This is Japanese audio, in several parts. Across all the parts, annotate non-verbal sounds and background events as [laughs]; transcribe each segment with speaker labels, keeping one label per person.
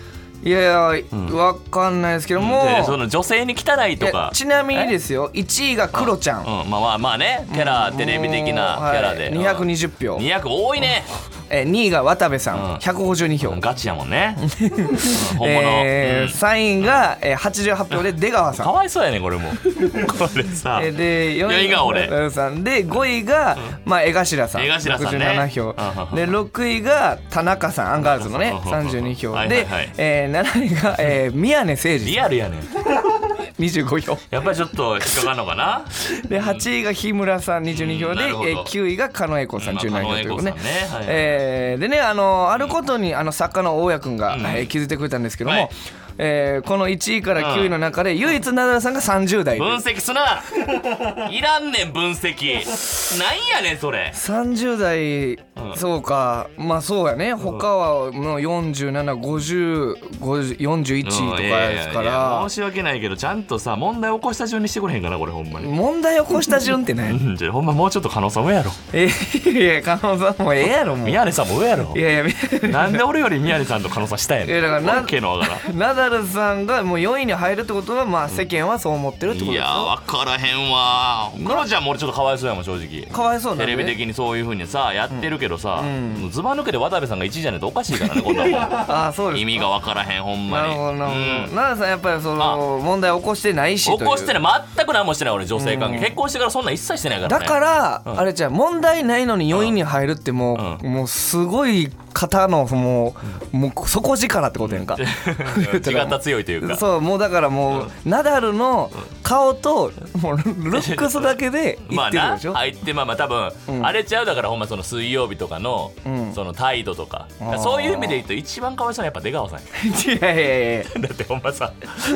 Speaker 1: いやいや、わかんないですけども、
Speaker 2: でその女性に汚いと
Speaker 1: いや
Speaker 2: か。
Speaker 1: ちなみにですよ1位がクロちゃん、
Speaker 2: うんまあまあまあねキャラテレビ的なキャラで。
Speaker 1: もうはい、220票
Speaker 2: 二百多いね。
Speaker 1: えー、2位が渡部さん、
Speaker 2: うん
Speaker 1: 152票、
Speaker 2: ガチやも
Speaker 1: [laughs]
Speaker 2: んね。うん本
Speaker 1: えー。
Speaker 2: 物
Speaker 1: 3位が、えー、88票で出川さ
Speaker 2: か
Speaker 1: ん
Speaker 2: わいそうやねこれも。 [laughs] これさ。
Speaker 1: えーで4
Speaker 2: 四位が俺
Speaker 1: ナダルさんで5位が、まあ、江頭さん
Speaker 2: 江頭さんね
Speaker 1: 67票
Speaker 2: うん
Speaker 1: で6位が田中さんアンガールズのね
Speaker 2: うん
Speaker 1: 32票
Speaker 2: はいはい
Speaker 1: で、
Speaker 2: はい
Speaker 1: えー7位が、えー、宮根誠司
Speaker 2: リアルやねん。
Speaker 1: 25票
Speaker 2: やっぱりちょっと引っかかんのかな。
Speaker 1: で8位が日村さん22票で、
Speaker 2: うんなるほど
Speaker 1: えー9位が狩野英孝さん
Speaker 2: まあ
Speaker 1: 17票ということね
Speaker 2: 狩野英孝さんねはい
Speaker 1: えーでねあのあることにあの作家の大家君が、えー気づいてくれたんですけども、
Speaker 2: はい
Speaker 1: えーこの1位から9位の中で唯一ナダルさんが30代で
Speaker 2: 分析す
Speaker 1: [laughs]
Speaker 2: ないらんねん分析なんやねんそれ
Speaker 1: 30代、そうかまあそうやね他はもう475041と
Speaker 2: うん
Speaker 1: か
Speaker 2: いやいやいや
Speaker 1: ですか
Speaker 2: い
Speaker 1: ら
Speaker 2: や申し訳ないけどちゃんとさ問題起こした順にしてくれへんかなこれほんまに
Speaker 1: 問題起こした順ってね
Speaker 2: うんじゃあほんまもうちょっと加納さん上やろ
Speaker 1: [laughs] えいや加納さんもええやろもういや
Speaker 2: 宮根さんも上やろ
Speaker 1: いやいや
Speaker 2: なんで俺より宮根さんと加納さん下やねん
Speaker 1: いやだからな
Speaker 2: わけのわか
Speaker 1: ナダルさんがもう4位に入るってことはまあ世間はそう思ってるっ
Speaker 2: ら
Speaker 1: てこ
Speaker 2: ん
Speaker 1: と
Speaker 2: い
Speaker 1: です
Speaker 2: や
Speaker 1: よ
Speaker 2: わからへんわクロちゃんも俺ちょっとかわいそうやもん正直
Speaker 1: かわいそうなん
Speaker 2: テ
Speaker 1: で
Speaker 2: レビ的にそういうふうにさやってるけどさ、もうずば抜けて渡部さんが1位じゃないとおかしいからねこんなも
Speaker 1: ああ [laughs] そうですか
Speaker 2: ん意味がわからへんほんま
Speaker 1: な
Speaker 2: に
Speaker 1: るほどなるほ
Speaker 2: うん
Speaker 1: どナダルさんやっぱりその問題起こしてないしという
Speaker 2: 起こしてない全く何もしてない俺女性関係、結婚してからそんなん一切してないから、
Speaker 1: だ
Speaker 2: ね、
Speaker 1: から、あれじゃあ問題ないのに4位に入るってもう、もうすごい方のもう,、もう底力ってことやん
Speaker 2: [laughs]
Speaker 1: か。
Speaker 2: 血が強いというか
Speaker 1: そうもうだからもう、ナダルの顔ともうルックスだけでい
Speaker 2: [laughs] ま
Speaker 1: っ
Speaker 2: あ
Speaker 1: てる
Speaker 2: な
Speaker 1: でしょ、
Speaker 2: 入ってまあまあ多分、あれちゃうだからほんまその水曜日とかの、
Speaker 1: ん
Speaker 2: その態度とか
Speaker 1: ー
Speaker 2: そういう意味で言うと一番かわいそうなのはや
Speaker 1: [laughs]
Speaker 2: っぱ出川さんや
Speaker 1: いやいやいや
Speaker 2: だってほん
Speaker 1: [laughs]
Speaker 2: まさ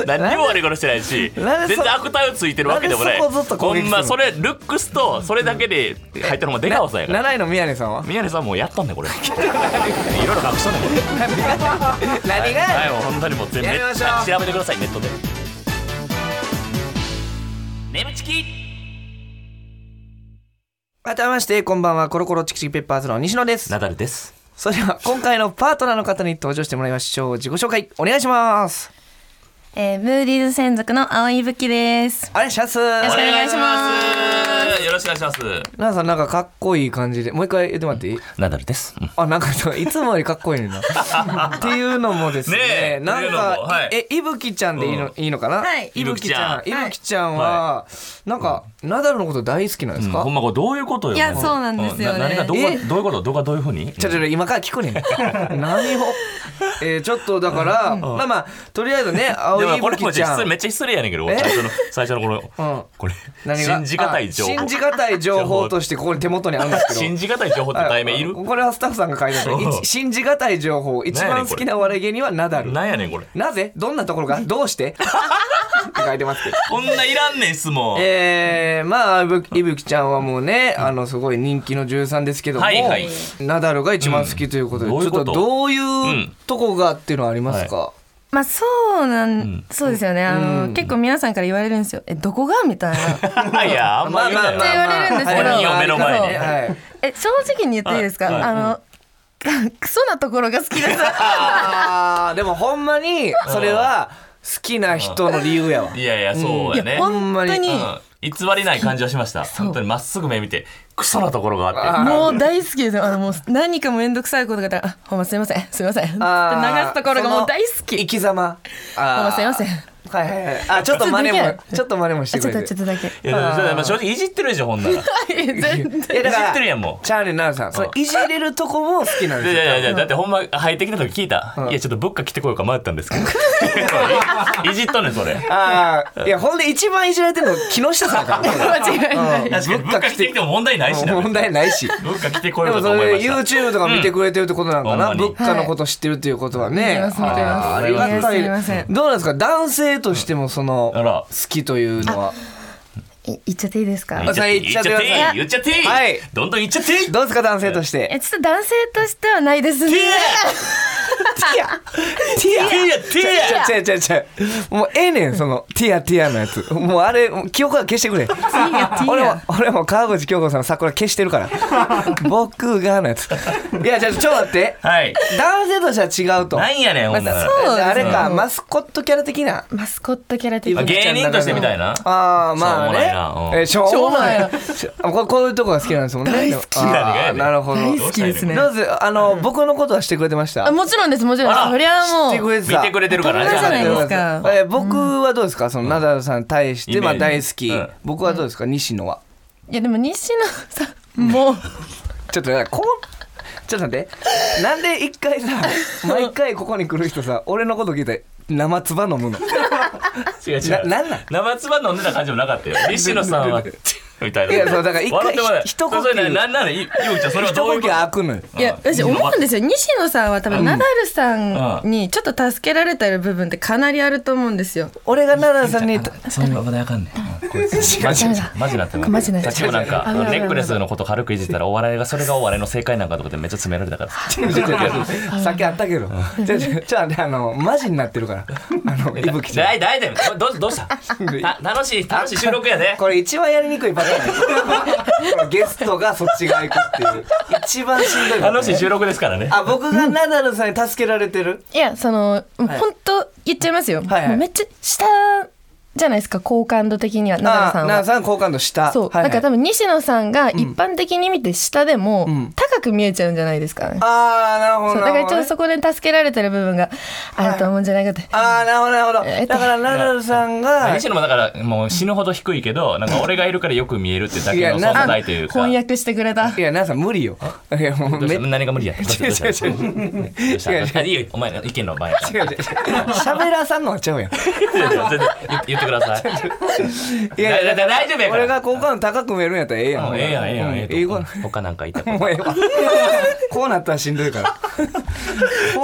Speaker 2: 何にも悪いことしてないし
Speaker 1: なん
Speaker 2: 全
Speaker 1: でそ
Speaker 2: 然悪態をついてるわけでもない
Speaker 1: なんでそこずっと攻撃す
Speaker 2: ほ
Speaker 1: る
Speaker 2: ん
Speaker 1: の
Speaker 2: まそれルックスとそれだけで入ったのも出川さんやから
Speaker 1: 7位の宮根さんは
Speaker 2: 宮根さんもうやった
Speaker 1: [laughs]
Speaker 2: んだよこれいろいろ隠したんだよこれ
Speaker 1: 何が
Speaker 2: はい、もう本当にもう全部
Speaker 1: やりましょう
Speaker 2: 調べてくださいネットで。ネムチキ。
Speaker 1: 改めましてこんばんはコロコロチキチキペッパーズの西野です
Speaker 2: ナダルです。。
Speaker 1: それでは今回のパートナーの方に登場してもらいましょう自己紹介お願いします
Speaker 3: えー、ムーディーズ専属の青いぶきです。
Speaker 1: あれシャス
Speaker 3: よろしくお願いします
Speaker 2: よろしくお願いします。
Speaker 1: ナダさんなんかかっこいい感じでもう一回言ってもらっていい
Speaker 2: ナダルです。
Speaker 1: あなんかそういつもよりかっこいいねん
Speaker 2: [laughs]
Speaker 1: なっていうのもですね
Speaker 2: ねえ
Speaker 1: なん
Speaker 2: っていうのも
Speaker 1: か、
Speaker 2: はい
Speaker 1: い、えいぶきちゃんでいいの,、いいのかな、
Speaker 3: はい
Speaker 1: いぶきちゃんい
Speaker 3: いぶきちゃん
Speaker 1: ぶきちゃんは、なんかナダルのこと大好きなんですか、
Speaker 2: ほんまこれどういうことよ。
Speaker 3: いやそうなんですよね
Speaker 2: な何がどう
Speaker 1: え
Speaker 2: どういうことどうかどういう風に。
Speaker 1: ちょちょ今から聞くねん何を、 [laughs] えー、ちょっとだから、まあまあとりあえずね青
Speaker 2: でも
Speaker 1: い
Speaker 2: こ
Speaker 1: ぶ
Speaker 2: れも
Speaker 1: きちゃ
Speaker 2: 失礼め
Speaker 1: ん
Speaker 2: っちゃ失礼やねんけど
Speaker 1: え
Speaker 2: 最初の最初のこの、
Speaker 1: うん
Speaker 2: これ
Speaker 1: 何が
Speaker 2: 信じがたい情報
Speaker 1: あ信じがたい情報としてここに手元にあるんですけど
Speaker 2: 信じがたい情報って題名いる
Speaker 1: これはスタッフさんが書いてある
Speaker 2: うん
Speaker 1: い信じがたい情報一番好きなお笑い芸人はナダル
Speaker 2: なんやねんこれ
Speaker 1: なぜどんなところがどうして
Speaker 2: [laughs]
Speaker 1: って書いてますけど
Speaker 2: こんないらんねん質問
Speaker 1: えー、まあいぶいぶきちゃんはもうねあのすごい人気の13ですけども、
Speaker 2: はいはい
Speaker 1: ナダルが一番好きということで、
Speaker 2: うんどういう
Speaker 1: ちょ
Speaker 2: こ
Speaker 1: っと
Speaker 2: と
Speaker 1: どうい
Speaker 2: ん
Speaker 1: うとこがっていうのはありますか、
Speaker 3: まあそうなん、
Speaker 2: ん
Speaker 3: そうですよねあの、結構皆さんから言われるんですよえどこがみたい
Speaker 1: [laughs]
Speaker 3: な
Speaker 2: いやあんま言うな
Speaker 3: まあまあまあ
Speaker 2: よ
Speaker 3: って言われるんですけど鬼を目の前にね
Speaker 1: はい
Speaker 3: え正直に言っていいですか、あの、クソなところが好き
Speaker 1: [laughs]
Speaker 3: です
Speaker 1: あーでもほんまにそれは好きな人の理由やわ
Speaker 2: いやいやそうやね
Speaker 3: いやほん
Speaker 1: まに
Speaker 3: 本当に
Speaker 2: うん偽りない感じはしました本当にまっすぐ目見てクソなところがあって
Speaker 3: もう大好きですよあのもう何か面倒くさいことがあったらあ「ほんますいませんすいません」って流すところがもう大好
Speaker 1: その生
Speaker 3: き
Speaker 1: き様
Speaker 3: 「ほん
Speaker 1: あー
Speaker 3: ますいません」
Speaker 1: はいはいはいあちょっと真似
Speaker 3: ちょっと
Speaker 1: も
Speaker 3: だ
Speaker 1: ちょっと真似もし
Speaker 3: あ
Speaker 1: て
Speaker 3: ち
Speaker 1: く
Speaker 3: ょっと
Speaker 1: れ
Speaker 3: ち
Speaker 1: て
Speaker 3: ょっとだけ
Speaker 2: いやだからまあ正直いじってるでしょほんならい
Speaker 3: [laughs] 全然
Speaker 1: いやだ
Speaker 2: じ
Speaker 1: から
Speaker 2: ってるやんもう
Speaker 1: チャーネなんさんそのいじれるとこも好きなん
Speaker 2: や
Speaker 1: で
Speaker 2: い
Speaker 1: すよ
Speaker 2: やいやだってほんま入ってきた時聞いた、いやちょっと物価来てこようか迷ったんですけどいじっとんねんそれ
Speaker 1: ああいやほんで一番いじられてるの木下さんから
Speaker 3: 間違いない
Speaker 2: [laughs] 確かに物価来てきても問題ないしな
Speaker 1: 問題ないし
Speaker 2: 物価来てこ
Speaker 1: で
Speaker 2: よう
Speaker 1: も
Speaker 2: か
Speaker 1: そ
Speaker 2: と思い
Speaker 1: れ
Speaker 2: ました
Speaker 1: YouTube とか見てくれてるってことなんかな、
Speaker 2: う
Speaker 1: 物
Speaker 2: んほんまに
Speaker 1: 価のこと知ってるっていうことはね、
Speaker 3: はい見てます見てます
Speaker 1: あーありがたい
Speaker 3: いやすいません
Speaker 1: どうなんですか男性としてもその、
Speaker 2: あら
Speaker 1: 好きというのはい
Speaker 3: 言っちゃっていいですか
Speaker 2: 言っちゃっていい言っちゃっていい言っちゃっていい
Speaker 1: はい
Speaker 2: どんどん言っちゃっていい
Speaker 1: どうですか男性とし
Speaker 3: え
Speaker 1: て
Speaker 3: ちょっと男性としてはないですね
Speaker 2: ティアティアテ
Speaker 1: ち
Speaker 2: ィア
Speaker 1: ゃちゃちゃちゃもうええねんそのティアティアのやつもうあれ記憶は消してくれ
Speaker 3: ィア
Speaker 1: 俺も俺も川口京子さんの桜消してるから [laughs] 僕がのやついやじゃあちょっと待って
Speaker 2: はい
Speaker 1: 男性としては違うと
Speaker 2: なんやねんほんなら
Speaker 3: そうですね
Speaker 1: あれかマスコットキャラ的な
Speaker 3: マスコットキャラ的
Speaker 2: あ
Speaker 3: に
Speaker 2: 芸人としてみたいな
Speaker 1: ああま
Speaker 2: しょうもないな
Speaker 1: あ
Speaker 2: うん
Speaker 1: ねえしょうもない [laughs] ここういうとこが好きなんですもんね
Speaker 3: 大好き
Speaker 1: あー
Speaker 2: 何が
Speaker 1: なるほど
Speaker 3: 大好きですね
Speaker 1: どうですあの僕のことはしてくれてました
Speaker 3: あもちろんですもちろんで
Speaker 2: あら
Speaker 3: すそりゃも
Speaker 1: 知ってく
Speaker 3: う
Speaker 1: れて
Speaker 2: 見
Speaker 1: た
Speaker 2: てくれてるから
Speaker 3: 大人じゃないですか
Speaker 1: えー僕はどうですかそのナダルさんに対し
Speaker 2: イメ
Speaker 1: て
Speaker 2: ージ
Speaker 1: まあ大好き
Speaker 2: うん
Speaker 1: 僕はどうですか西野はい
Speaker 3: やでも西野さんもう
Speaker 1: ちょっとねこうちょっと待ってなんで一回 [laughs] さ毎回ここに来る人さ俺のこと聞いて生唾飲 [laughs] むの
Speaker 2: 違う違
Speaker 1: な
Speaker 2: う
Speaker 1: なんなん
Speaker 2: 生唾飲んでた感じもな
Speaker 1: [laughs]
Speaker 2: かったよ西野さんはみたいない
Speaker 1: やそうだから一回
Speaker 2: 笑ってもらえ
Speaker 1: ひ一呼吸
Speaker 2: それななんなのゆゆうきちゃんそれは
Speaker 1: 一
Speaker 2: どうい
Speaker 1: 呼吸
Speaker 2: うこと
Speaker 1: 開くのよ
Speaker 3: いや私思うんですよ西野さんは多分ナダルさんにちょっと助けられてる部分ってかなりあると思うんですよ
Speaker 1: 俺がナダルさん [laughs] に
Speaker 2: そんなことあかんねんこいつマジ
Speaker 3: ダメだ
Speaker 2: マジなって
Speaker 3: マジな
Speaker 2: さっきもなんか
Speaker 3: 危ない危ない
Speaker 2: ネックレスのこと軽くいじったらお笑いがそれがお笑いの正解なんかとかでめっちゃ詰められ
Speaker 1: [laughs]
Speaker 2: たから
Speaker 1: さっきあったけどちょちょちょっとあのマジになってるからあのいぶきちゃん
Speaker 2: 大大丈夫どど
Speaker 1: [laughs]
Speaker 2: うしたた楽しい楽しい収録やで
Speaker 1: これ一番やりにくいパターンこのゲストがそっち側行くっていう一番しんどいパターン
Speaker 2: 楽しい収録ですからね
Speaker 1: あ僕がナダルさんに助けられてる
Speaker 3: いやそのもう
Speaker 1: はい
Speaker 3: 本当言っちゃいますよ、
Speaker 1: はいはい
Speaker 3: もうめっちゃ下じゃないですか好感度的にはナダル
Speaker 1: あ
Speaker 3: さん
Speaker 1: ナダ
Speaker 3: は
Speaker 1: ル。さん好感度下
Speaker 3: そう、
Speaker 1: はいはい
Speaker 3: だから多分西野さんが一般的に見て下でも
Speaker 1: ん
Speaker 3: 高く見えちゃうんじゃないですかね、
Speaker 1: あーなるほど
Speaker 3: そうだ
Speaker 1: な
Speaker 3: から
Speaker 1: る
Speaker 3: ちょ
Speaker 1: ほ
Speaker 3: っ
Speaker 1: どね
Speaker 3: とそこで助けられてる部分があると思うんじゃないかと、
Speaker 1: あーなるほどなるほど
Speaker 3: えっと
Speaker 1: だからナダルさんが
Speaker 2: 西野もだからもう死ぬほど低いけどなんか俺がいるからよく見えるってだけの
Speaker 1: いや
Speaker 2: 存
Speaker 1: な
Speaker 2: 在というか
Speaker 3: 翻訳してくれた
Speaker 1: いやナダルさん無理よいやもう
Speaker 2: どう
Speaker 1: め
Speaker 2: し
Speaker 1: った
Speaker 2: 何が無理やどうしたどうした
Speaker 1: 違う違
Speaker 2: どうした
Speaker 1: 違う違う
Speaker 2: あいいよお前の意見の前
Speaker 1: 違う違う違う喋らさんのはちゃうやん
Speaker 2: 全然 [laughs] 言言ってください
Speaker 1: いやいや
Speaker 2: だだ大丈夫やから
Speaker 1: 俺が好感度高く見えるんやったらええや
Speaker 2: も
Speaker 1: ん
Speaker 2: うええやんええやん
Speaker 1: うん [laughs]
Speaker 2: ええ
Speaker 1: 英
Speaker 2: と
Speaker 1: 語
Speaker 2: こ他なんかいたこと
Speaker 1: もうええわこうなったらしんどい
Speaker 2: [laughs]
Speaker 1: からこ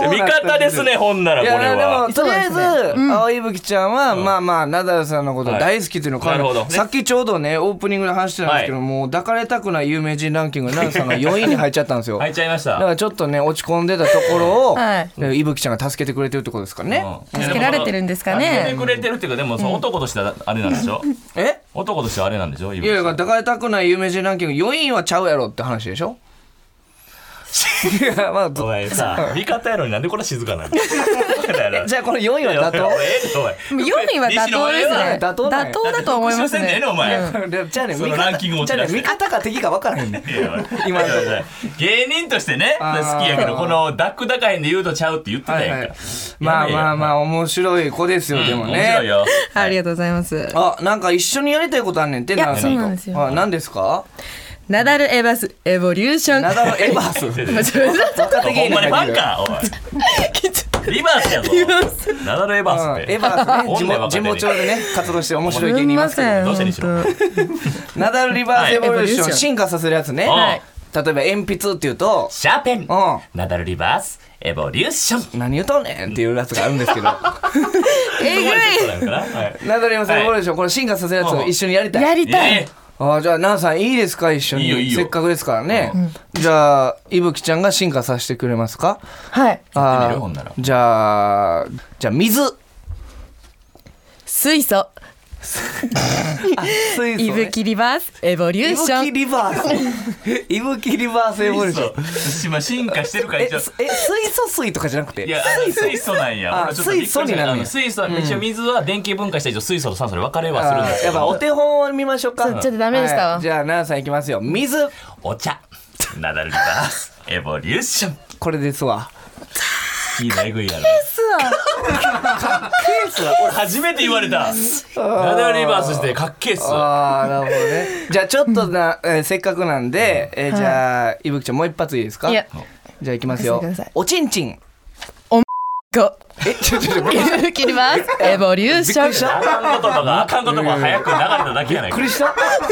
Speaker 1: う
Speaker 2: 味
Speaker 1: なったら
Speaker 2: 方
Speaker 1: しんどい
Speaker 2: ですねほんなら
Speaker 1: い
Speaker 2: こ
Speaker 1: や
Speaker 2: れ
Speaker 1: で
Speaker 2: は
Speaker 1: もとりあえず、青いぶきちゃんは、まあまあナダルさんのこと大好きっていうのから、
Speaker 2: はいなるほど
Speaker 1: さっきちょうどねオープニングで話してたんですけど、
Speaker 2: は
Speaker 1: もう抱かれたくない有名人ランキングナダルさんが4位に入っちゃったんですよ
Speaker 2: 入っちゃいました
Speaker 1: だからちょっとね落ち込んでたところを、
Speaker 3: はい
Speaker 1: い、ぶきちゃんが助けてくれてるってことですからね、
Speaker 2: うん
Speaker 3: 助けられてるんですかね
Speaker 2: 助けてくれてるっていうかでもその男としてはあれなんでしょ
Speaker 1: え
Speaker 2: 男としてはあれなんでしょい
Speaker 1: いやいや抱かれたくない有名人ランキング4位はちゃうやろって話でし
Speaker 2: [laughs]
Speaker 1: ょいやまあ
Speaker 2: お
Speaker 1: ど
Speaker 2: 前さ味方やのになんでこれ
Speaker 1: [laughs]
Speaker 2: 静かなの [laughs]
Speaker 1: じゃあこの4位は妥当
Speaker 3: 4位は妥当ですね
Speaker 1: 西野はええわ
Speaker 3: 妥当だよ妥当だと思います
Speaker 2: 復讐せんでええ
Speaker 3: ね
Speaker 2: ねんお前
Speaker 3: うん
Speaker 1: でじゃあね
Speaker 2: その
Speaker 1: 味方
Speaker 2: ランキングを
Speaker 1: じゃあね
Speaker 2: 知らせ
Speaker 1: 味
Speaker 2: て
Speaker 1: 方か敵か分からへんねん今
Speaker 2: 今
Speaker 1: のとこ
Speaker 2: 芸人としてね
Speaker 1: あー
Speaker 2: 好きやけどこのダックダカへんで言うとちゃうって言ってた
Speaker 1: はい
Speaker 2: や
Speaker 1: は
Speaker 2: ん
Speaker 1: い
Speaker 2: か、
Speaker 1: まあまあま
Speaker 2: あ
Speaker 1: あ面白い子ですよ、でも
Speaker 2: 面白い
Speaker 1: ね
Speaker 2: よ
Speaker 3: ありがとうございます
Speaker 1: あなんか一緒にやりたいことあんねんって
Speaker 3: いや
Speaker 1: ナダルさと
Speaker 3: そうなんですよ
Speaker 1: あ何ですか
Speaker 3: ナダルエバスエボリューション
Speaker 1: ナダルエバ
Speaker 2: [laughs]
Speaker 1: ース若手
Speaker 2: ほ
Speaker 1: 芸
Speaker 2: ん
Speaker 1: 人
Speaker 2: まにフ
Speaker 1: がい
Speaker 2: ァ
Speaker 1: る
Speaker 2: ンか
Speaker 1: [laughs]
Speaker 2: おいリバースやぞナダルエバースっ
Speaker 1: うん
Speaker 2: て
Speaker 1: エバースね地
Speaker 2: 女
Speaker 1: 元
Speaker 2: 若手
Speaker 1: 地
Speaker 2: に
Speaker 1: 元町でね活動して面
Speaker 3: す
Speaker 1: 白い芸人
Speaker 3: み
Speaker 1: い
Speaker 3: ま
Speaker 1: ますけ
Speaker 3: せ
Speaker 1: ど
Speaker 3: ん
Speaker 2: どうしたらいいでしょう
Speaker 3: 本当
Speaker 1: ナダルリバースエボリューシ
Speaker 3: は
Speaker 1: ョ
Speaker 3: い
Speaker 1: ン進化させるやつね
Speaker 2: はい
Speaker 1: 例えば鉛筆っていうと
Speaker 2: シャーペン
Speaker 1: うん
Speaker 2: ナダルリバースエボリューション
Speaker 1: 何言うとんねんっていうやつがあるんです [laughs] けど
Speaker 3: えぐい
Speaker 2: そうなんかなはい
Speaker 1: ナダルリバースエボリューションこれ進化させるやつを一緒にやりたい
Speaker 3: やりたい
Speaker 2: え
Speaker 1: あじゃあ奈々さんいいですか一緒に
Speaker 2: いいよいいよ
Speaker 1: せっかくですからね、じゃあいぶきちゃんが進化させてくれますか
Speaker 3: はい
Speaker 2: ってみる
Speaker 1: ー
Speaker 2: ほんなら
Speaker 1: じゃあじゃあ水
Speaker 3: 水素いぶきリバースエボリュー
Speaker 1: い
Speaker 3: シ
Speaker 1: ぶ
Speaker 3: ョン
Speaker 1: きリバー [laughs] スいぶきリバースエボリューション
Speaker 2: 水素進化してるから
Speaker 1: え
Speaker 2: 一応
Speaker 1: すえ水素水とかじゃなくて
Speaker 2: いやあの水素なんや
Speaker 1: あ
Speaker 2: 俺ちょっとびっくりした
Speaker 1: 水素になるんや
Speaker 2: あの水素は一応水は電気分解した以上水素と酸素で分かれはするん
Speaker 1: あ
Speaker 2: で
Speaker 1: ー
Speaker 2: すけ
Speaker 1: やっぱ
Speaker 2: ど
Speaker 1: お手本を見ましょうか
Speaker 3: そうちょっとダメでしたわ
Speaker 1: はいじゃあ奈々さんいきますよ水
Speaker 2: お茶ナダルリバースエボリューション
Speaker 1: これですわ
Speaker 2: いいなえぐいやろですわ
Speaker 3: [laughs]
Speaker 2: 俺初めて言われたナダルリバースしてかっけえっす
Speaker 1: ああなるほどねじゃあちょっとな、えーせっかくなんで、えーじゃあいぶきちゃんもう一発いいですか
Speaker 3: いや
Speaker 1: じゃあいきますよ
Speaker 3: 任せてください
Speaker 1: おちんちん
Speaker 3: が
Speaker 1: えちょちょちょびっ
Speaker 3: いぶきリバースエボリューション
Speaker 2: あかん言葉があかん言葉早く流れただけやないか
Speaker 1: く
Speaker 3: [laughs]
Speaker 1: りした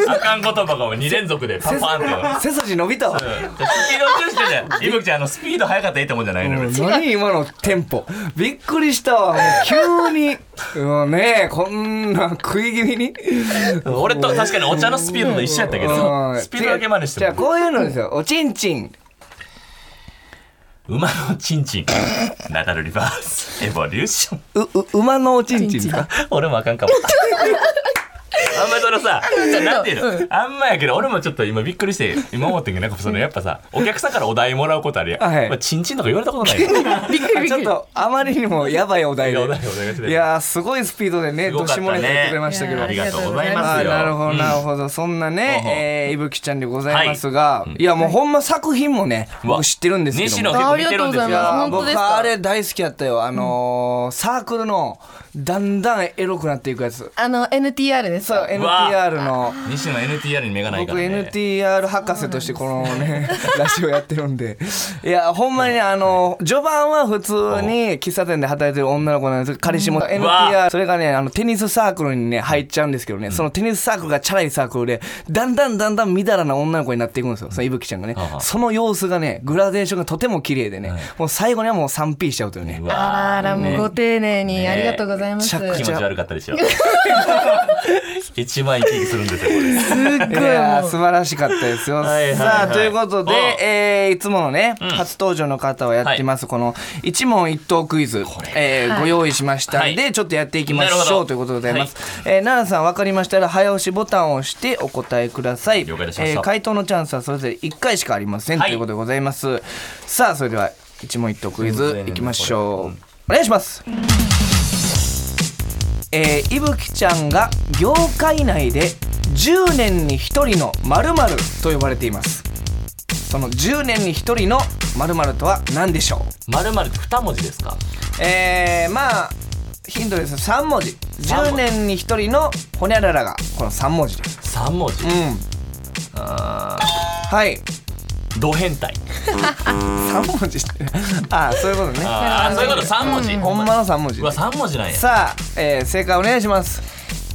Speaker 2: あかん言葉が2連続でパンパンってうん
Speaker 1: 背筋伸びたわ
Speaker 2: スピード落としてんじゃんいぶきちゃんあのスピード速かったらいいと思うんじゃないの
Speaker 1: うん
Speaker 2: 別に
Speaker 1: 何今のテンポびっくりしたわもう急にうんねえこんな食い気味に
Speaker 2: 俺と確かにお茶のスピードと一緒やったけど
Speaker 1: うん
Speaker 2: スピードだけ真似して
Speaker 1: じゃあ
Speaker 2: も
Speaker 1: こういうのですよおちんちん
Speaker 2: 馬のチンチンナダルリバースエボリューション [laughs]
Speaker 1: うう馬のおちんちんですか
Speaker 2: 俺もあ
Speaker 1: [laughs]
Speaker 2: かんかも。あんまりそのさ、じゃあなんていうの、あんまやけど、俺もちょっと今びっくりして、今思ってんけど、なんかそのやっぱさ、お客さんからお題もらうことあるやん。
Speaker 1: はい
Speaker 2: まあ、チンチンとか言われたこと
Speaker 1: [laughs]
Speaker 2: ないよ。
Speaker 3: びっくりびっ
Speaker 1: ち
Speaker 3: く
Speaker 1: ょっ
Speaker 3: り [laughs]
Speaker 1: とあまりにもやばいお題
Speaker 2: い
Speaker 1: で
Speaker 2: やお題お願いします
Speaker 1: いやーすごいスピードでね
Speaker 2: すご
Speaker 1: ど
Speaker 2: か
Speaker 1: し
Speaker 2: っ
Speaker 1: た
Speaker 2: ね
Speaker 1: もれやってくれましたけ
Speaker 3: い
Speaker 1: ど
Speaker 2: あ
Speaker 3: や
Speaker 2: りがとうございま
Speaker 1: あ
Speaker 2: す
Speaker 1: ー
Speaker 2: よ。
Speaker 1: なるほどなる
Speaker 2: ど。
Speaker 1: ほどそんな
Speaker 2: ほうほう
Speaker 1: ねえーいぶきちゃんでございますがいやもうほんま作品もね
Speaker 2: うわ
Speaker 1: 僕知ってるんですけど
Speaker 2: 西
Speaker 1: も
Speaker 2: 野結構見てるんです
Speaker 3: ありがとうございます
Speaker 1: い
Speaker 2: よ。
Speaker 1: やー
Speaker 3: 本当
Speaker 1: 僕
Speaker 3: ですか
Speaker 1: あれ大好きやったよあのーサークルのだんだんエロくなっていくやつ
Speaker 3: あの NTR です
Speaker 1: そう NTR の
Speaker 2: 西野 NTR に目がないか
Speaker 1: 僕
Speaker 2: ら、ね。
Speaker 1: NTR 博士としてこのねラジオやってるんでいやほんまにねあの序盤は普通に喫茶店で働いてる女の子なんですけど彼氏も
Speaker 2: わ
Speaker 1: NTR それがねあのテニスサークルにね入っちゃうんですけどねそのテニスサークルがチャラいサークルでだんだんだんだんみだらな女の子になっていくんですよそのいぶきちゃんがね
Speaker 2: あは
Speaker 1: その様子がねグラデーションがとても綺麗でねもう最後にはもう 3P しちゃうというね
Speaker 2: う
Speaker 3: あ
Speaker 2: わ
Speaker 3: らもうご丁寧にありがとうございますす
Speaker 1: めちゃく
Speaker 2: 気
Speaker 3: っ
Speaker 2: 持ち悪かったでしょ。
Speaker 1: [laughs]
Speaker 2: 一番生き生きするんですよ、これ。
Speaker 1: いやー素晴らしかったですよ。
Speaker 2: はいはいはい
Speaker 1: さあということで
Speaker 2: うん、
Speaker 1: えーいつものね、初登場の方はやってます、この一問一答クイズ、えーご用意しましたんで、
Speaker 2: は
Speaker 1: ちょっとやっていきまし
Speaker 2: なるほ
Speaker 1: ょ
Speaker 2: ど
Speaker 1: うということでございます。えー奈良さん分かりましたら早押しボタンを押してお答えください。
Speaker 2: 了解いたしまし
Speaker 1: え
Speaker 2: た
Speaker 1: ー回答のチャンスはそれぞれ1回しかありません、
Speaker 2: はい
Speaker 1: ということでございます。さあそれでは一問一答クイ
Speaker 2: 全然
Speaker 1: ズ
Speaker 2: ね
Speaker 1: いきましょう。お願いします。えー、いぶきちゃんが業界内で10年に1人の〇〇と呼ばれていますその10年に1人の〇〇とは何でしょ
Speaker 2: まるまる二文字ですか。
Speaker 1: うえー、まあヒントです3文字10年に1人のほにゃららがこの3文字です
Speaker 2: 三文字
Speaker 1: うん。はい
Speaker 2: ド変態。
Speaker 1: 3文字して [laughs] ああそういうことね
Speaker 2: ああ、そういうこと、三文字。
Speaker 1: ほんまの3文字
Speaker 2: うわ、三文字なんや。
Speaker 1: さあ、えー、正解お願いします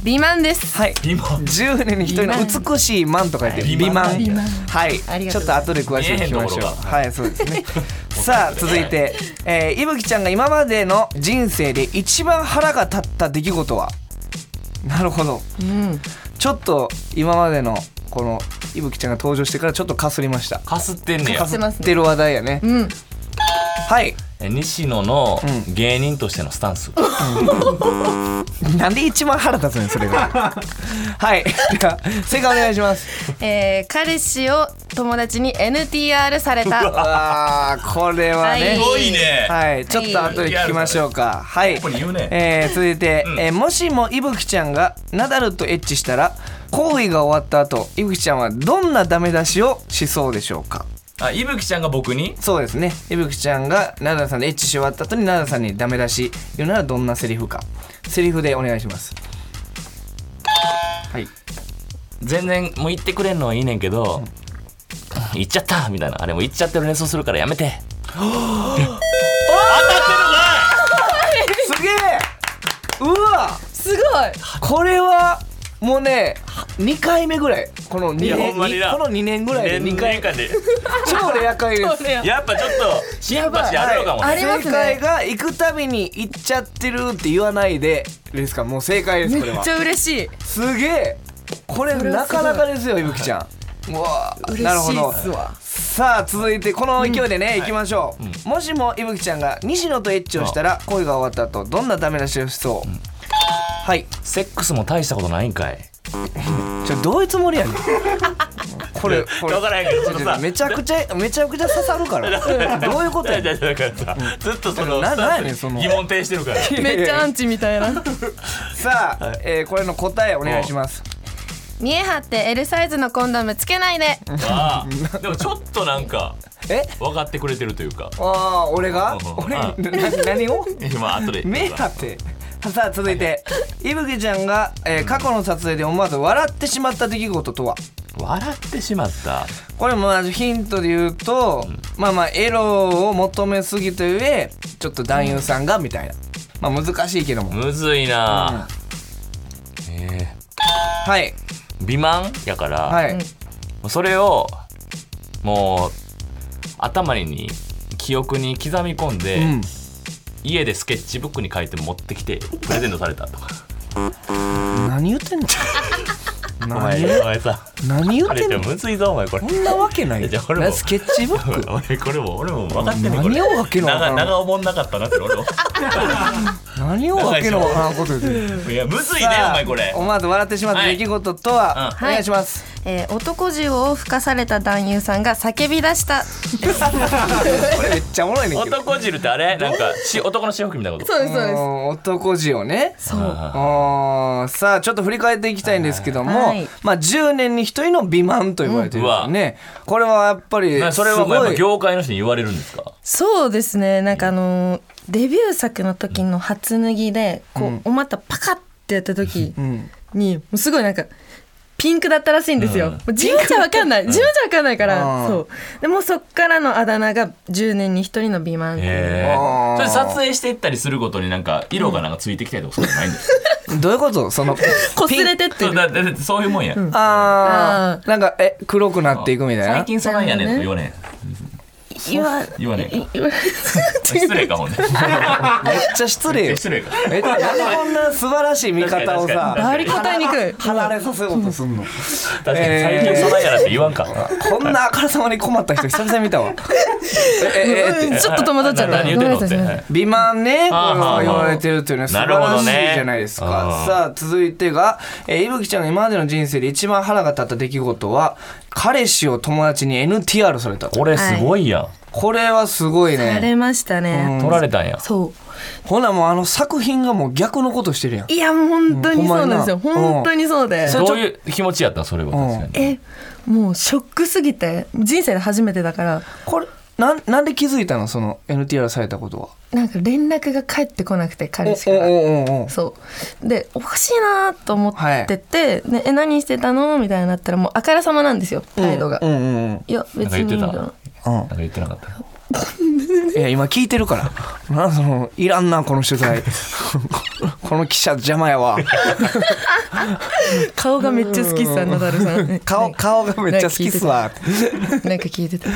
Speaker 3: 美満です
Speaker 1: はい
Speaker 2: 今。
Speaker 1: 10年に1人の美しいマンと書いて美
Speaker 2: 美
Speaker 1: マ
Speaker 2: 満
Speaker 1: ン
Speaker 3: あ
Speaker 1: はい
Speaker 3: りが
Speaker 1: ち
Speaker 3: とう
Speaker 1: ょ
Speaker 3: ご
Speaker 1: っと
Speaker 3: ざいます
Speaker 1: 後で詳しく聞きましょう
Speaker 2: 見えへんところが
Speaker 1: はいそうですねさあ続いて、えー、いぶきちゃんが今までの人生で一番腹が立った出来事はなるほど
Speaker 3: うん
Speaker 1: ちょっと今までのこのいぶきちゃんが登場してからちょっとかすりました
Speaker 2: かすってんねや
Speaker 1: か
Speaker 3: す
Speaker 1: す
Speaker 3: ってま
Speaker 1: っ
Speaker 3: すね
Speaker 1: てる話題やね
Speaker 3: うん
Speaker 1: はい
Speaker 2: え西野の
Speaker 1: う
Speaker 2: 芸人としてのスタンス、
Speaker 1: なんで一番腹立つねんそ
Speaker 3: [laughs]
Speaker 1: れがはいでは正解お願いします
Speaker 3: えー彼氏を友達に NTR された
Speaker 1: あーこれはね、
Speaker 3: はいすごい
Speaker 2: ね
Speaker 1: はい、ちょっと後で聞きましょうか。はい。
Speaker 2: ここに言うね
Speaker 1: えー続いて、
Speaker 2: うん
Speaker 1: えーもしもいぶきちゃんがナダルとエッチしたら、行為が終わった後、いぶきちゃんはどんなダメ出しをしそうでしょうか。
Speaker 2: あいぶきちゃんが僕に
Speaker 1: そうですね。いぶきちゃんがナダルさんでエッチし終わった後にナダルさんにダメ出し言うならどんなセリフか。セリフでお願いします。はい。
Speaker 2: 全然もう言ってくれんのはいいねんけど行っちゃったみたいなあれもう行っちゃってる連想するからやめて
Speaker 1: すげえ。うわ。
Speaker 3: すごい
Speaker 1: これはもうね2回目ぐらいこの2
Speaker 2: いやほ
Speaker 1: 年
Speaker 2: んまにな
Speaker 1: この2年ぐらいで2回
Speaker 2: 間で
Speaker 1: 超レア回です
Speaker 2: [laughs] やっぱちょっとシンパシーあるのかも
Speaker 3: やば
Speaker 2: ね
Speaker 3: いあります
Speaker 1: 正
Speaker 3: ね
Speaker 1: 解が行くたびに行っちゃってるって言わないでですかもう正解ですこれ
Speaker 3: め
Speaker 1: は
Speaker 3: っちゃ嬉しい
Speaker 1: すげえこれ
Speaker 4: それ
Speaker 1: な
Speaker 4: はすご
Speaker 1: か
Speaker 4: い
Speaker 1: なかですよいぶきちゃんうわ
Speaker 4: 嬉し
Speaker 1: なるほ
Speaker 4: い
Speaker 1: ど
Speaker 4: っすわ
Speaker 1: さあ続いてこの勢いでね、いきましょう、
Speaker 2: うん
Speaker 1: もしもいぶきちゃんが西野とエッチをしたら恋が終わった後どんなダメ出しをしそう、はい
Speaker 2: セックスも大したことないんかい
Speaker 1: ちょどういうつもりやねんこれこれ
Speaker 2: わからへんけどそのさ
Speaker 1: めちゃくちゃめちゃくちゃ刺さる
Speaker 2: [laughs]
Speaker 1: からどういうことやねん
Speaker 2: だからさずっとその
Speaker 1: な
Speaker 2: さ
Speaker 1: なんやねんその
Speaker 2: 疑問呈して
Speaker 1: [laughs]
Speaker 2: るから
Speaker 4: めっちゃアンチみたい [laughs] な
Speaker 1: さあ、えーこれの答えお願いします
Speaker 4: 見え張って L サイズのコンドームつけないで
Speaker 2: ああでもちょっとなんか
Speaker 1: え
Speaker 2: 分かってくれてるというか
Speaker 1: ああ俺が
Speaker 2: うん
Speaker 1: 俺
Speaker 2: うん
Speaker 1: な何を
Speaker 2: 今後で
Speaker 1: 目立ってさあ続いていぶきちゃんが、えー過去の撮影で思わず笑ってしまった出来事とは
Speaker 2: 笑ってしまった
Speaker 1: これもまあヒントで言うと、まあまあエロを求めすぎた上ちょっと男優さんがみたいなまあ難しいけども、
Speaker 2: むずいなえ
Speaker 1: はい
Speaker 2: ー美満やか
Speaker 1: は
Speaker 2: ら
Speaker 1: い、
Speaker 2: それをもう頭に記憶に刻み込んで
Speaker 1: うん
Speaker 2: 家でスケッチブックに書いて持ってきてプレゼントされたとか
Speaker 1: 何言
Speaker 2: [laughs]
Speaker 1: ってんの
Speaker 2: お前
Speaker 1: 何
Speaker 2: お前さ
Speaker 1: 何言
Speaker 2: あ
Speaker 1: っ
Speaker 2: れ
Speaker 1: てん
Speaker 2: で
Speaker 1: の
Speaker 2: もむずいぞお前これ
Speaker 1: そんなわけない
Speaker 2: いやじゃ
Speaker 1: よ
Speaker 2: あ俺も
Speaker 1: スケッチブッ
Speaker 2: [laughs]
Speaker 1: ク
Speaker 2: 俺これも俺も分かってんねんこれ
Speaker 1: 何を分けなあか
Speaker 2: 長
Speaker 1: ん
Speaker 2: 長おもんなかったなって俺
Speaker 1: [laughs]
Speaker 2: も
Speaker 1: 何をわけのわからんこと言ってんの
Speaker 2: いやむずいね
Speaker 1: さあ
Speaker 2: お前これ
Speaker 1: 思わず笑ってしまった出来事とは、
Speaker 2: はいうん
Speaker 1: お願いします、
Speaker 3: えー男汁を吹かされた男優さんが叫び出した
Speaker 1: これめっちゃおもろいねんけど
Speaker 2: 男汁ってあれなんかし男の潮吹きみたいなこと
Speaker 4: そうですそうです
Speaker 1: うん男字をね
Speaker 2: あ
Speaker 1: あーさあちょっと振り返っていきたいんですけども、
Speaker 3: はい
Speaker 1: まあ10年に1人の美満と言われてるんですよね、これはやっぱりす
Speaker 2: ー
Speaker 1: ご
Speaker 2: ないそれはもうやっぱ業界の人に言われるんですか
Speaker 3: そうですねなんかあのーデビュー作の時の初脱ぎでこう、お股パカッてやった時
Speaker 1: ん
Speaker 3: に、もうすごいなんかピンクだったらしいんですよ、
Speaker 2: うん
Speaker 3: もう自分じゃわかんない自分じゃわかんないから、
Speaker 1: うん
Speaker 3: そうでもうそっからのあだ名が10年に1人の美満っていう
Speaker 2: へえ
Speaker 1: あー
Speaker 2: それ撮影していったりすることになんか色がなんかついてきたりとかそういうのないんですか
Speaker 1: どういうこと
Speaker 2: [laughs]
Speaker 1: その
Speaker 3: こすれてって
Speaker 2: そう
Speaker 3: る
Speaker 2: だだだってそういうもんや
Speaker 1: ああなんかえ黒くなっていくみたいな
Speaker 2: 最近そないやねんとか言わねん
Speaker 3: 言わ
Speaker 2: 言わねえか
Speaker 3: 言わ
Speaker 2: 失礼かもね
Speaker 1: めっちゃ失礼よ
Speaker 2: 失礼か
Speaker 1: えなんでこんな素晴らしい見方を
Speaker 2: 確か
Speaker 3: 回
Speaker 1: さ
Speaker 2: に確かに
Speaker 3: り答えにくい
Speaker 1: 離れさせようとすんの
Speaker 2: 確かに最近そないやなって言わんか
Speaker 1: こんなあからさまに困った人久々に見たわええええって
Speaker 3: ちょっと戸惑っちゃった
Speaker 2: 何言ってん
Speaker 3: ご
Speaker 2: の
Speaker 3: めんな
Speaker 2: って
Speaker 3: さい
Speaker 2: はい
Speaker 1: 美満ね、これ
Speaker 2: あーは
Speaker 1: は
Speaker 2: ー
Speaker 1: 言われてるというのは素
Speaker 2: な
Speaker 1: 晴
Speaker 2: るほ
Speaker 1: ら
Speaker 2: ど
Speaker 1: し
Speaker 2: ね
Speaker 1: いじゃないですか
Speaker 2: あ。ー
Speaker 1: さあ、続いてが、えー、いぶきちゃんが今までの人生で一番腹が立った出来事は、彼氏を友達に NTR された。
Speaker 2: これすごいやん
Speaker 1: これはすごい
Speaker 3: さ
Speaker 1: ね。
Speaker 3: れましたね、
Speaker 2: 取られたんや
Speaker 3: そう
Speaker 1: ほなもうあの作品がもう逆のことしてるやん。
Speaker 3: いやもう本当にそうなんですよ
Speaker 1: ほんまやな
Speaker 3: 本当にそうで
Speaker 1: それ
Speaker 2: どういう気持ちやったんそれは確かに
Speaker 3: えもうショックすぎて人生で初めてだから
Speaker 1: これ、なん、なんで気づいたのその NTR されたことは。
Speaker 3: なんか連絡が返ってこなくて
Speaker 1: お
Speaker 3: 彼氏か
Speaker 1: お
Speaker 3: ら。
Speaker 1: おおお
Speaker 3: そうでおかしいなと思ってて「ね、え何してたの?」みたいになったらもうあからさまなんですよ態度が。
Speaker 1: うんうんうん。
Speaker 3: いや別にみたい
Speaker 2: なんか言っ
Speaker 3: な
Speaker 1: うん
Speaker 2: なんか言ってなかった
Speaker 1: いや今聞いてるから [laughs] なんそのいらんなこの取材 [laughs] この記者邪魔やわ
Speaker 3: 顔がめっちゃ好きっすわナダル
Speaker 1: [laughs]
Speaker 3: さん
Speaker 1: 顔顔がめっちゃ好きっすわ
Speaker 3: なんか聞い
Speaker 1: [laughs]
Speaker 3: てた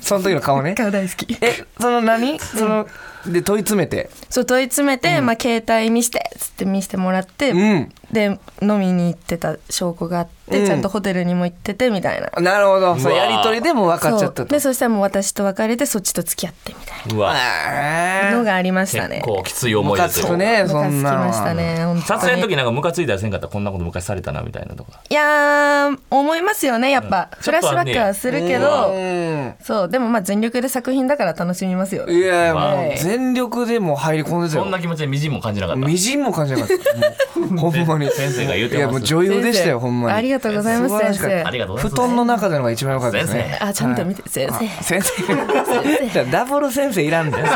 Speaker 1: その時の顔ね。
Speaker 3: 顔大好
Speaker 1: [laughs]
Speaker 3: き
Speaker 1: え、その何その、で問い詰めて。
Speaker 3: そう問い詰めて、まあ、携帯見してっつって見してもらって、
Speaker 1: うん。
Speaker 3: で飲みに行ってた証拠があって、
Speaker 1: うん
Speaker 3: ちゃんとホテルにも行っててみたいな
Speaker 1: なるほど。そうの
Speaker 2: わ
Speaker 1: やりとりでもう分かっちゃった
Speaker 3: そう
Speaker 1: と
Speaker 3: で。そしたらもう私と別れてそっちと付き合ってみたいう
Speaker 2: わ
Speaker 1: あ
Speaker 3: なの
Speaker 1: ー
Speaker 3: がありました
Speaker 2: 結
Speaker 3: ね
Speaker 2: 構きつい思
Speaker 1: ム
Speaker 2: い出
Speaker 1: カ
Speaker 2: す
Speaker 1: つ
Speaker 2: よ
Speaker 1: くね、
Speaker 3: ム
Speaker 1: そ
Speaker 3: カつ
Speaker 1: ん
Speaker 3: き
Speaker 1: なのは。
Speaker 3: ましたね本当に
Speaker 2: 撮影の時なんかムカついたりせんかったこんなこと昔されたなみたいなとか
Speaker 3: いやー思いますよねやっぱ、
Speaker 2: うん
Speaker 3: フラッシュバックはするけ
Speaker 2: ちょっと
Speaker 3: ど、
Speaker 2: は
Speaker 1: うん。
Speaker 3: そうでもまあ全力で作品だから楽しみますよ
Speaker 1: いや、
Speaker 2: まあ
Speaker 1: もう全力でもう入り込んでた
Speaker 2: そんな
Speaker 1: よ。
Speaker 2: 気持ちでみじんも感じなかった
Speaker 1: みじんも感じなかった。
Speaker 2: [laughs]
Speaker 1: もうほんまに。
Speaker 2: 先生が言うてます
Speaker 1: いや、もう女優でしたよ、ほんまに。
Speaker 3: ありがとうございます
Speaker 1: 素晴ら
Speaker 3: 先
Speaker 1: しかった
Speaker 3: 生
Speaker 2: ありがとうござい
Speaker 1: 布
Speaker 2: ます
Speaker 1: 団の中でのが一番良かったですね。
Speaker 3: あちゃんと見て、先生
Speaker 1: 先生。じゃあダブル先生いらんだよ。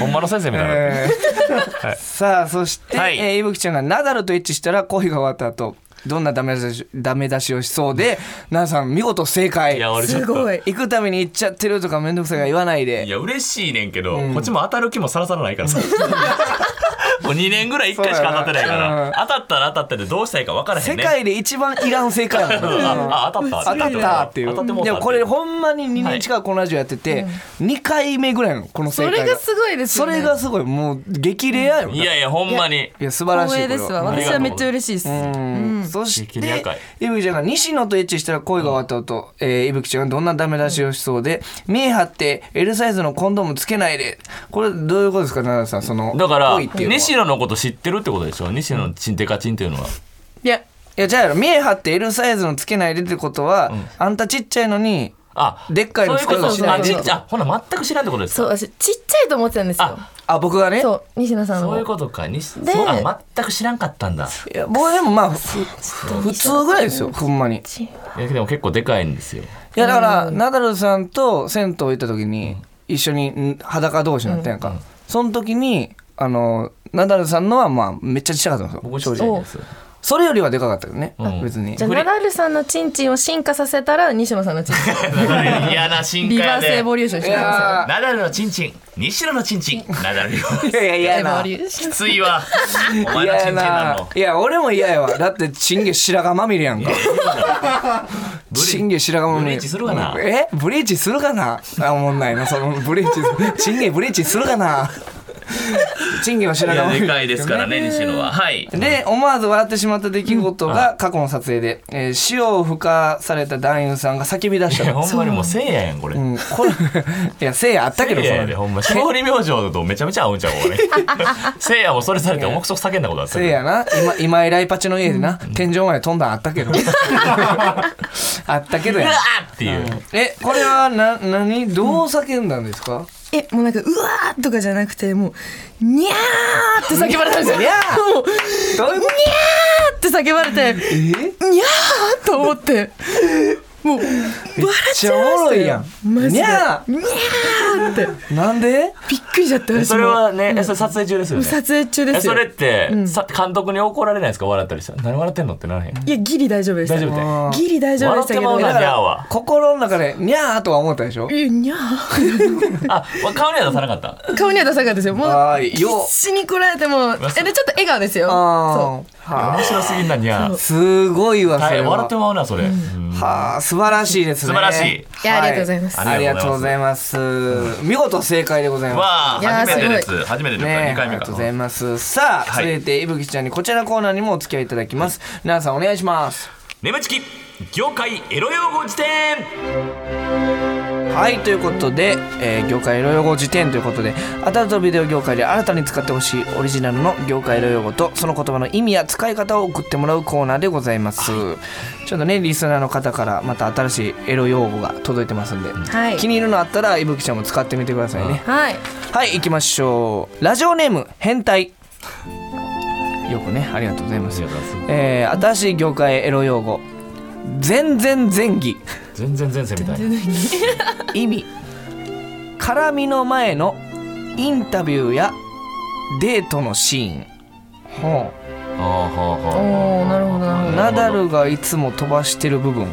Speaker 2: ほんまの先生みたいな、
Speaker 1: え [laughs] ーさあそして、
Speaker 2: はい
Speaker 1: えーいぶきちゃんがナダルとエッチしたら恋が終わった後どんなダメ出しダメ出しをしそうでナダさん見事正解
Speaker 2: いや俺ちょっ
Speaker 3: す
Speaker 2: と
Speaker 3: ごい
Speaker 1: 行くために行っちゃってるとかめんどくさいから言わない
Speaker 2: い
Speaker 1: で
Speaker 2: や嬉しいねんけど、こっちも当たる気もさらさらないからさ [laughs] もう2年ぐらい1回しか当たってないか
Speaker 1: そうや
Speaker 2: ら、
Speaker 1: な
Speaker 2: 当たったら当たったでどうしたらいいか分からへ
Speaker 1: 世
Speaker 2: んね
Speaker 1: 界で一番いらん正解やも [laughs] んな
Speaker 2: ああ当たった
Speaker 1: 当たったっていう
Speaker 2: 当たってもう
Speaker 1: で
Speaker 2: た
Speaker 1: もこれほんまに2年近くこのラジオやってて、2回目ぐらいのこの
Speaker 3: そ
Speaker 1: 正解
Speaker 3: れがすごいです
Speaker 1: そ
Speaker 3: よね
Speaker 1: れがすごいもう激レアよ、
Speaker 2: い
Speaker 1: いや
Speaker 2: やいやほんまに
Speaker 1: 素晴らしい
Speaker 3: 光栄で
Speaker 1: こ
Speaker 3: す
Speaker 1: れは
Speaker 3: わ
Speaker 2: あり
Speaker 3: 私
Speaker 2: がとう
Speaker 3: はめっちゃ嬉しいです
Speaker 1: うんそして
Speaker 2: 激レア会
Speaker 1: いぶきちゃんが西野とエッチしたら恋が終わった後、えーいぶきちゃんがどんなダメ出しをしそうで、見え張って L サイズのコンドームつけないでこれどういうことですか奈良さんその
Speaker 2: だから
Speaker 1: 恋っていうのは
Speaker 2: 西野のこと知ってるってことでしょ西野のチンデカチンっていうのはい
Speaker 3: や
Speaker 1: いやじゃあやろ見え張って L サイズのつけないでってことは、あんたちっちゃいのに
Speaker 2: あ
Speaker 1: でっかいの
Speaker 2: そういうこ
Speaker 1: 使い
Speaker 2: と
Speaker 1: は
Speaker 2: あ
Speaker 1: し
Speaker 2: ち
Speaker 1: ない
Speaker 2: っちゃいあほな全く知らんってことです
Speaker 5: そう
Speaker 2: か
Speaker 5: 私ちっちゃいと思ってたんですよ
Speaker 2: あ
Speaker 1: あ僕がね
Speaker 5: そう西野さん
Speaker 2: そういう
Speaker 5: の
Speaker 2: ことか西
Speaker 5: で
Speaker 2: そうあ全く知らんかったんだ
Speaker 1: いや僕はでもまあふ普通ぐらいですよほんまに
Speaker 2: いやでも結構でかいんですよ
Speaker 1: いやだから、ナダルさんと銭湯行った時に、一緒にん裸同士になったやんか、その時にあのナダルさんのはまあめっちゃちっちゃかったん
Speaker 2: 僕
Speaker 1: です
Speaker 2: ち
Speaker 1: よ
Speaker 2: っち
Speaker 1: 正
Speaker 2: ゃい
Speaker 1: 直
Speaker 2: です
Speaker 1: それよりはでかかったけどね、
Speaker 2: うん
Speaker 1: 別に
Speaker 5: じゃあ
Speaker 2: グレ
Speaker 5: ナダルさんのチンチンを進化させたら西野さんのチンチン
Speaker 2: 嫌な進
Speaker 5: リ
Speaker 2: 化
Speaker 5: バ
Speaker 2: や
Speaker 5: ースエ
Speaker 2: で
Speaker 5: ボリューションし
Speaker 1: い
Speaker 5: てますよ
Speaker 1: や
Speaker 2: ナダルのチンチン西野のチンチンナダル
Speaker 5: [laughs]
Speaker 2: よ
Speaker 1: ーいやいや
Speaker 5: エ
Speaker 1: 嫌
Speaker 5: ボ
Speaker 1: や
Speaker 5: リューショ
Speaker 2: き
Speaker 5: ン
Speaker 2: ついわお前の
Speaker 1: 嫌
Speaker 2: チンチ
Speaker 1: や
Speaker 2: ンなの
Speaker 1: ないや俺も嫌やわだってチンゲ白髪まみれやんか
Speaker 2: ブリ
Speaker 1: チンゲ白髪まみれ
Speaker 2: ブリーチするかな
Speaker 1: えブリーチするかなあもんないなそのブリーチチンゲブリーチするかなチンゲは白
Speaker 2: い
Speaker 1: 髪まみ
Speaker 2: や
Speaker 1: れ
Speaker 2: でかいですからね西野ははい
Speaker 1: で思わず笑ってしまった出来事が過去の撮影で、えー塩を付加された男優さんが叫び出し
Speaker 2: いや
Speaker 1: たの。
Speaker 2: ほんまにもうせいややんこれ
Speaker 1: うん、これいやせいやあったけど
Speaker 2: いやいや
Speaker 1: そ
Speaker 2: いや
Speaker 1: の
Speaker 2: ほんま勝利明星とめちゃめちゃ合うんちゃう
Speaker 1: [laughs]
Speaker 2: 俺せいやもそれされて重くそく叫んだことあった
Speaker 1: せいやな今今井来パチの家でな、天井まで飛んだんあった
Speaker 2: [laughs]
Speaker 1: けどあったけど
Speaker 2: う
Speaker 1: や
Speaker 2: わーっていう
Speaker 1: えこれはな何どう叫んだんですか、
Speaker 3: えもうなんかうわーとかじゃなくてもうにゃーって叫ばれたんですよ
Speaker 1: いや
Speaker 3: もう
Speaker 1: どういうこ
Speaker 3: って叫ばれて
Speaker 1: とえ
Speaker 3: にゃーと思ってもう笑
Speaker 1: めっ
Speaker 3: っ
Speaker 1: ち
Speaker 3: ち
Speaker 1: ゃ
Speaker 3: ゃ
Speaker 1: お
Speaker 3: い
Speaker 1: も
Speaker 3: まし
Speaker 1: ろ
Speaker 3: た
Speaker 1: いや
Speaker 3: よ
Speaker 1: ん
Speaker 3: マジで
Speaker 1: にゃ
Speaker 3: にゃーって
Speaker 1: ーなんで
Speaker 3: びっくりしちゃって
Speaker 2: え
Speaker 3: 私
Speaker 2: それ
Speaker 3: も
Speaker 2: はね、えそれ撮影中ですよね。
Speaker 3: 撮影中で
Speaker 2: え
Speaker 3: すよ
Speaker 2: それって、さ監督に怒られないですか笑ったりしたら何笑ってんのってならへん。
Speaker 3: いやギリ大丈夫でした
Speaker 2: 大丈夫だよ。
Speaker 3: ギリ大丈夫でしたけど
Speaker 2: 笑ってまうな
Speaker 3: だか
Speaker 2: にゃ
Speaker 3: ら
Speaker 2: ーは。
Speaker 1: 心の中でにゃーとは思ったでしょ
Speaker 3: いやにゃー
Speaker 2: あ、顔には出さなかった。
Speaker 1: [laughs]
Speaker 3: 顔には出さなかったですよもう
Speaker 1: あーよ
Speaker 3: 死にこられてもえでちょっと笑顔ですよそ
Speaker 1: あ
Speaker 3: う
Speaker 1: ーはあ
Speaker 2: 面白すぎんなにゃー。
Speaker 1: すごいわそ
Speaker 2: は
Speaker 1: れ
Speaker 2: い、
Speaker 1: は
Speaker 2: 笑ってまうなそれ。うん
Speaker 1: はあ、素晴らしいですね。
Speaker 2: 素晴らしい
Speaker 3: いやありがとうございます
Speaker 1: ありがとうございます。見事正解でございま
Speaker 2: わあ、
Speaker 3: いやー
Speaker 2: 初めてです
Speaker 3: ご。
Speaker 2: 初めて
Speaker 1: す。
Speaker 2: です。
Speaker 1: ね
Speaker 2: 二
Speaker 1: あ
Speaker 2: 回
Speaker 1: り
Speaker 2: 目
Speaker 1: がとうご。
Speaker 2: か
Speaker 1: ざいます。さあ、
Speaker 2: はい
Speaker 1: 続いていぶきちゃんにこちらのコーナーにもお付き合いいただきます。奈々さんお願いします。
Speaker 2: 眠ちき業界エロ用語辞典。
Speaker 1: はい、ということで、えー業界いろいろ語辞典ということで、アダルトビデオ業界で新たに使ってほしいオリジナルの業界いろいろ語と、その言葉の意味や使い方を送ってもらうコーナーでございます。ちょっとね、リスナーの方からまた新しいエロ用語が届いてますんで、
Speaker 3: はい
Speaker 1: 気に入るのあったら、いぶきちゃんも使ってみてくださいね。
Speaker 3: はい
Speaker 1: はい行きましょうラジオネーム変態よくねありがとうございます
Speaker 2: ありがとうございま
Speaker 1: えー、新しい業界エロ用語全然前儀
Speaker 2: 全然前世みたいな。
Speaker 1: 意味絡みの前のインタビューやデートのシーンほ
Speaker 2: ああ、はあ、
Speaker 3: おーなるほどなる
Speaker 1: う
Speaker 3: ほ
Speaker 1: ナダルがいつも飛ばしてる部分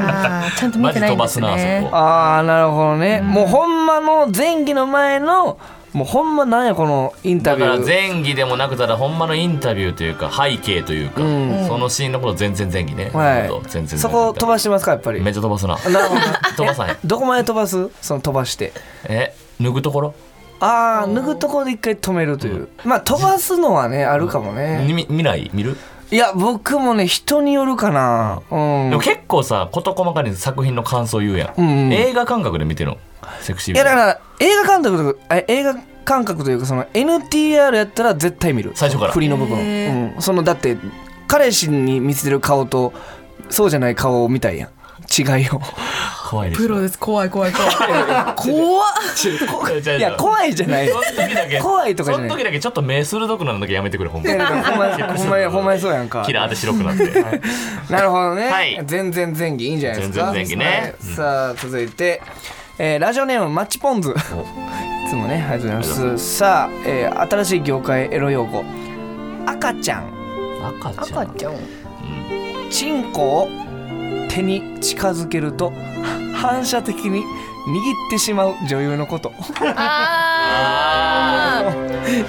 Speaker 3: あーちゃんと見
Speaker 2: マ
Speaker 3: て
Speaker 2: ジ
Speaker 3: ない
Speaker 2: 飛
Speaker 3: んで
Speaker 2: ば
Speaker 3: す
Speaker 2: すな、あそ
Speaker 3: ね
Speaker 2: こ。
Speaker 1: ああなるほどね、もうほんまの前儀の前のもうほんまなんやこのインタ
Speaker 2: だ
Speaker 1: ビュ
Speaker 2: か
Speaker 1: ー
Speaker 2: ら前儀でもなくたらほんまのインタビューというか背景というか、そのシーンのこと全然前儀ね、
Speaker 1: はい
Speaker 2: 全然前
Speaker 1: そこ飛ばしてますかやっぱり
Speaker 2: めっちゃ飛ばすな
Speaker 1: なるほど
Speaker 2: 飛ばさへん
Speaker 1: どこまで飛ばすその飛ばして
Speaker 2: え脱ぐところ
Speaker 1: ああ脱ぐところで一回止めるという、まあ飛ばすのはねあるかもね、
Speaker 2: 見見ない見る、
Speaker 1: いや僕もね人によるかなうん
Speaker 2: でも結構さ事細かに作品の感想言うやん、
Speaker 1: んうん
Speaker 2: 映画感覚で見てるのセクシー
Speaker 1: いやだから映画監督とかあ映画感覚というかその NTR やったら絶対見る
Speaker 2: 最初から
Speaker 1: 振りの部分、うん、そのだって彼氏に見せてる顔とそうじゃない顔を見たいやん違いを
Speaker 2: 怖いです
Speaker 3: プロです怖い怖い
Speaker 5: [laughs]
Speaker 3: 怖い怖っ
Speaker 2: [laughs]
Speaker 1: いや
Speaker 2: い
Speaker 1: 怖いじゃない
Speaker 2: その時だけ
Speaker 1: 怖いとかじゃない
Speaker 2: その時だけちょっと目鋭くなるだけやめてくれほん
Speaker 1: い
Speaker 2: ま
Speaker 1: やだからほんまにほんまにほんまにそうやんか
Speaker 2: キラーで白くなって、
Speaker 1: [laughs] なるほどね。
Speaker 2: はい
Speaker 1: 全然前儀いいんじゃないですか。
Speaker 2: 全然前儀ね
Speaker 1: はいさあ続いて、えーラジオネームマッチポンズ。いつもねありがとうございま
Speaker 2: ありがとう
Speaker 1: す。さあ、えー新しい業界エロ用語。赤ちゃん
Speaker 2: 赤ちゃん
Speaker 3: 赤ちゃん
Speaker 1: チンコを手に近づけると反射的に握ってしまう女優のこと。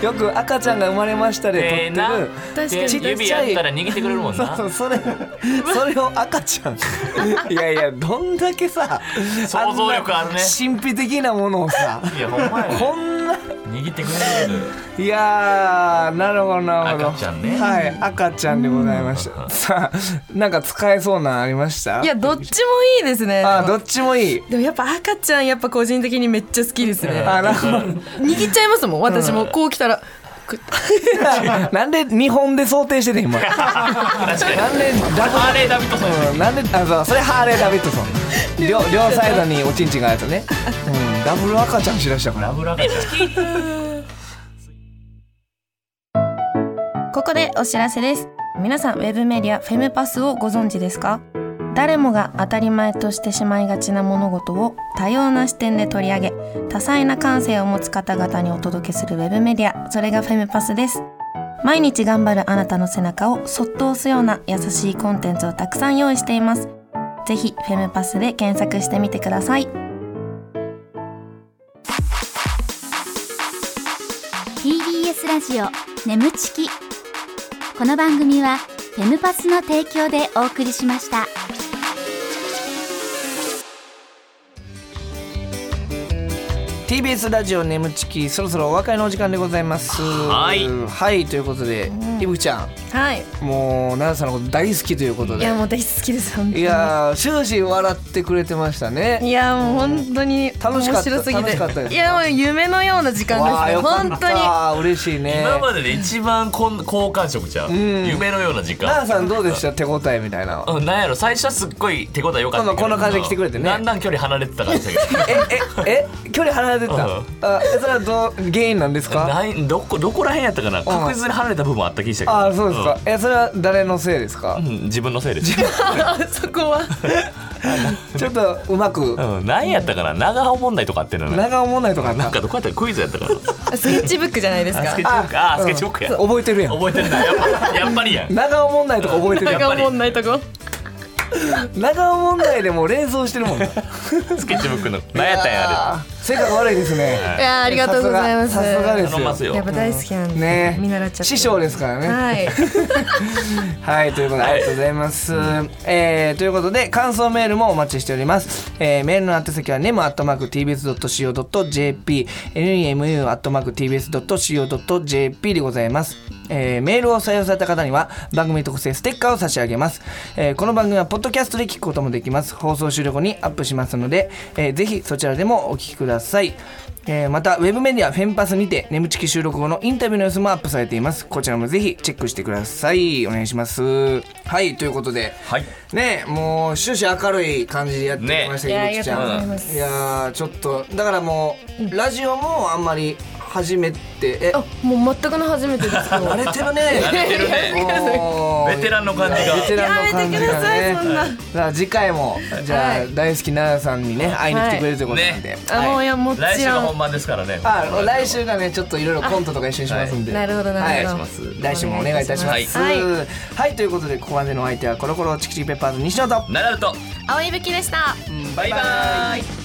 Speaker 1: よく赤ちゃんが生まれましたで撮ってる。
Speaker 2: 確
Speaker 3: かに
Speaker 2: 指やったら逃げてくれるもん
Speaker 1: そ
Speaker 2: な
Speaker 1: うそれそれを赤ちゃん [laughs] いやいやどんだけさ
Speaker 2: 想像力あるね
Speaker 1: んな神秘的なものをさ
Speaker 2: いやほんまやね
Speaker 1: こんな
Speaker 2: 握ってくれる
Speaker 1: いやーなるほどなるほど
Speaker 2: 赤ちゃんね
Speaker 1: はい赤ちゃんでございましたさあなんか使えそうなんありました
Speaker 5: いやどっちもいいですね
Speaker 1: あどっちもいい
Speaker 5: でもやっぱ赤ちゃんやっぱ個人的にめっちゃ好きですね
Speaker 1: あなるほど
Speaker 5: 握っちゃいますもん私もこう来たらこう
Speaker 1: [laughs] なんで日本で想定してて今なんでダブ
Speaker 2: ハーレー・ダビッドソン
Speaker 1: うんなんであそうそれハーレー・ダビッドソン [laughs] 両両サイドにおちんちんがあるやつね、うん、ダブル赤ちゃんしだしたから
Speaker 2: ラブラブじゃん
Speaker 6: ここでお知らせです。皆さん、ウェブメディアフェムパスをご存知ですか誰もが当たり前としてしまいがちな物事を多様な視点で取り上げ、多彩な感性を持つ方々にお届けするウェブメディア、それがフェムパスです。毎日頑張るあなたの背中をそっと押すような優しいコンテンツをたくさん用意しています。ぜひ、フェムパスで検索してみてください。
Speaker 7: TBS ラジオ眠ちきこの番組はフェムパスの提供でお送りしました
Speaker 1: うん TBS ラジオ眠ちきそろそろお別れのお時間でございます
Speaker 2: はい
Speaker 1: はいということで、いぶきちゃ
Speaker 5: はい
Speaker 1: んもう奈々さんのこと大好きということ
Speaker 5: い
Speaker 1: で
Speaker 5: やもう大好きです本当
Speaker 1: い
Speaker 5: に
Speaker 1: やー終始笑ってくれてましたね
Speaker 5: いやもう本当に
Speaker 1: 楽しかった
Speaker 5: 面白すぎて
Speaker 1: 楽しかったです
Speaker 5: いやもう夢のような時間です
Speaker 1: わあ
Speaker 5: ね
Speaker 1: よかっ
Speaker 5: 本当に
Speaker 1: た嬉しいね
Speaker 2: 今までで一番こん好感触ちゃう、夢のような時
Speaker 1: 奈々さ
Speaker 2: 間
Speaker 1: んどうでした手応えみたいなの
Speaker 2: うん、なんやろ最初はすっごい手応え良かった
Speaker 1: まあま
Speaker 2: けど
Speaker 1: あこんな感じで来てくれてね
Speaker 2: だんだん距離離れてた感じだけど
Speaker 1: えええ距離離れてた、
Speaker 2: うん
Speaker 1: あそれはどう原因なんですか
Speaker 2: [laughs] ないどこどこら辺やったかな確実に離れた部分はあった気したけど
Speaker 1: あそうですか、えそれは誰のせいですか
Speaker 2: [laughs] う、ん、うん自分の
Speaker 1: [laughs]
Speaker 2: せいです
Speaker 5: そこは
Speaker 1: ちょっとうまく
Speaker 2: うん、何やったかな長尾問題とかあってるのね
Speaker 1: 長思わないとかあった
Speaker 2: なんかどこやったかクイズやったかな
Speaker 5: スケッチブックじゃないです
Speaker 2: あス
Speaker 5: か
Speaker 2: ケッチブックあースケッチブックや
Speaker 1: 覚えてるやん
Speaker 2: 覚えてるんだやっぱやっぱりやん
Speaker 1: 長尾問題とか覚えてるや
Speaker 2: やっぱり
Speaker 5: おもんないとこ
Speaker 1: ん長尾問題でもう連想してるも
Speaker 5: [laughs]
Speaker 1: んね
Speaker 2: スケッチブックの何やったんやあ
Speaker 1: あ性格悪いですね
Speaker 5: いやありがとうございます
Speaker 1: さすが
Speaker 2: れ
Speaker 1: で
Speaker 2: 頼ます
Speaker 1: すよ
Speaker 2: よ
Speaker 5: やっぱ大好きなんで、
Speaker 1: ね
Speaker 5: 見習っちゃって
Speaker 1: 師匠ですからね [laughs]
Speaker 5: はい
Speaker 1: はい、ということで、ありがとうございます。えーということで、感想メールもお待ちしております。えーメールの宛先は nemu.tbs.co.jp、nemu.tbs.co.jp でございます。えーメールを採用された方には、番組特製ステッカーを差し上げます。えーこの番組は、ポッドキャストで聞くこともできます。放送終了後にアップしますので、えーぜひそちらでもお聞きください。えーまた、ウェブメディアフェンパスにて、眠ちき収録後のインタビューの様子もアップされています。こちらもぜひチェックしてください。お願いします。はい、ということで、
Speaker 2: はい
Speaker 1: ねえもう終始明るい感じでやってきましたけど、
Speaker 5: ね
Speaker 1: ゆきちゃん
Speaker 5: いやありがとうございま
Speaker 1: いやーちょっと、だからもう、ラジオもあんまり初めて、え、
Speaker 5: あもう全くの初めてですけど
Speaker 1: 慣れてるね。
Speaker 2: 慣れてる
Speaker 1: [laughs]
Speaker 2: ね
Speaker 1: もう
Speaker 2: ベテランの感じが
Speaker 1: ベテランの感じ
Speaker 5: やめて
Speaker 1: がね。
Speaker 5: くださいそんな
Speaker 1: だから次回も、じゃあ、大好き奈々さんにね、会いに来てくれるということなんで。
Speaker 2: はい
Speaker 5: あもういやもち
Speaker 2: 来週が
Speaker 5: ろん
Speaker 2: 本番ですからね
Speaker 1: あ来週がねちょっといろいろコントとか一緒にしますんで、
Speaker 5: はいなるほどなるほど
Speaker 1: はい来週もお願いいたします
Speaker 5: は
Speaker 1: はいい、はいということでここまでのお相手はコロコロチキチキペッパーズ西野と
Speaker 2: ナダルと
Speaker 6: 青いぶきでした。
Speaker 2: バイバイ